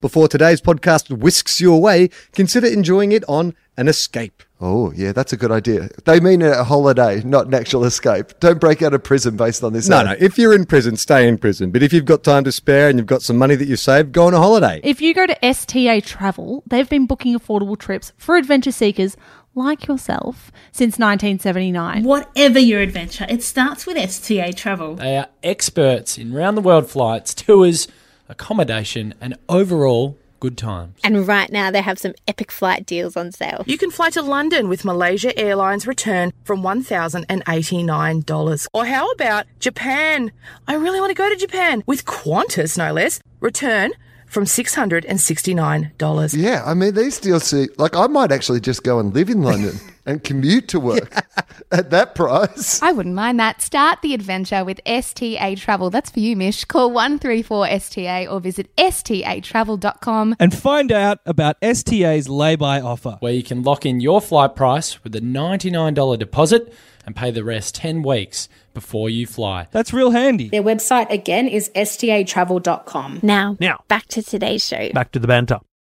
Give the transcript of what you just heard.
Before today's podcast whisks you away, consider enjoying it on an escape. Oh, yeah, that's a good idea. They mean a holiday, not an actual escape. Don't break out of prison based on this. eh? No, ad. no, if you're in prison, stay in prison. But if you've got time to spare and you've got some money that you've saved, go on a holiday. If you go to STA Travel, they've been booking affordable trips for adventure seekers like yourself since 1979. Whatever your adventure, it starts with STA Travel. They are experts in round the world flights, tours, accommodation, and overall good times. And right now they have some epic flight deals on sale. You can fly to London with Malaysia Airlines return from $1,089. Or how about Japan? I really want to go to Japan with Qantas, no less, return from $669. Yeah, I mean, these deals, see, like, I might actually just go and live in London and commute to work at that price. I wouldn't mind that. Start the adventure with STA Travel. That's for you, Mish. Call 134STA or visit statravel.com. And find out about STA's lay-by offer. where you can lock in your flight price with a $99 deposit and pay the rest 10 weeks before you fly. That's real handy. Their website again is statravel.com. Now, Now. back to today's show. Back to the banter.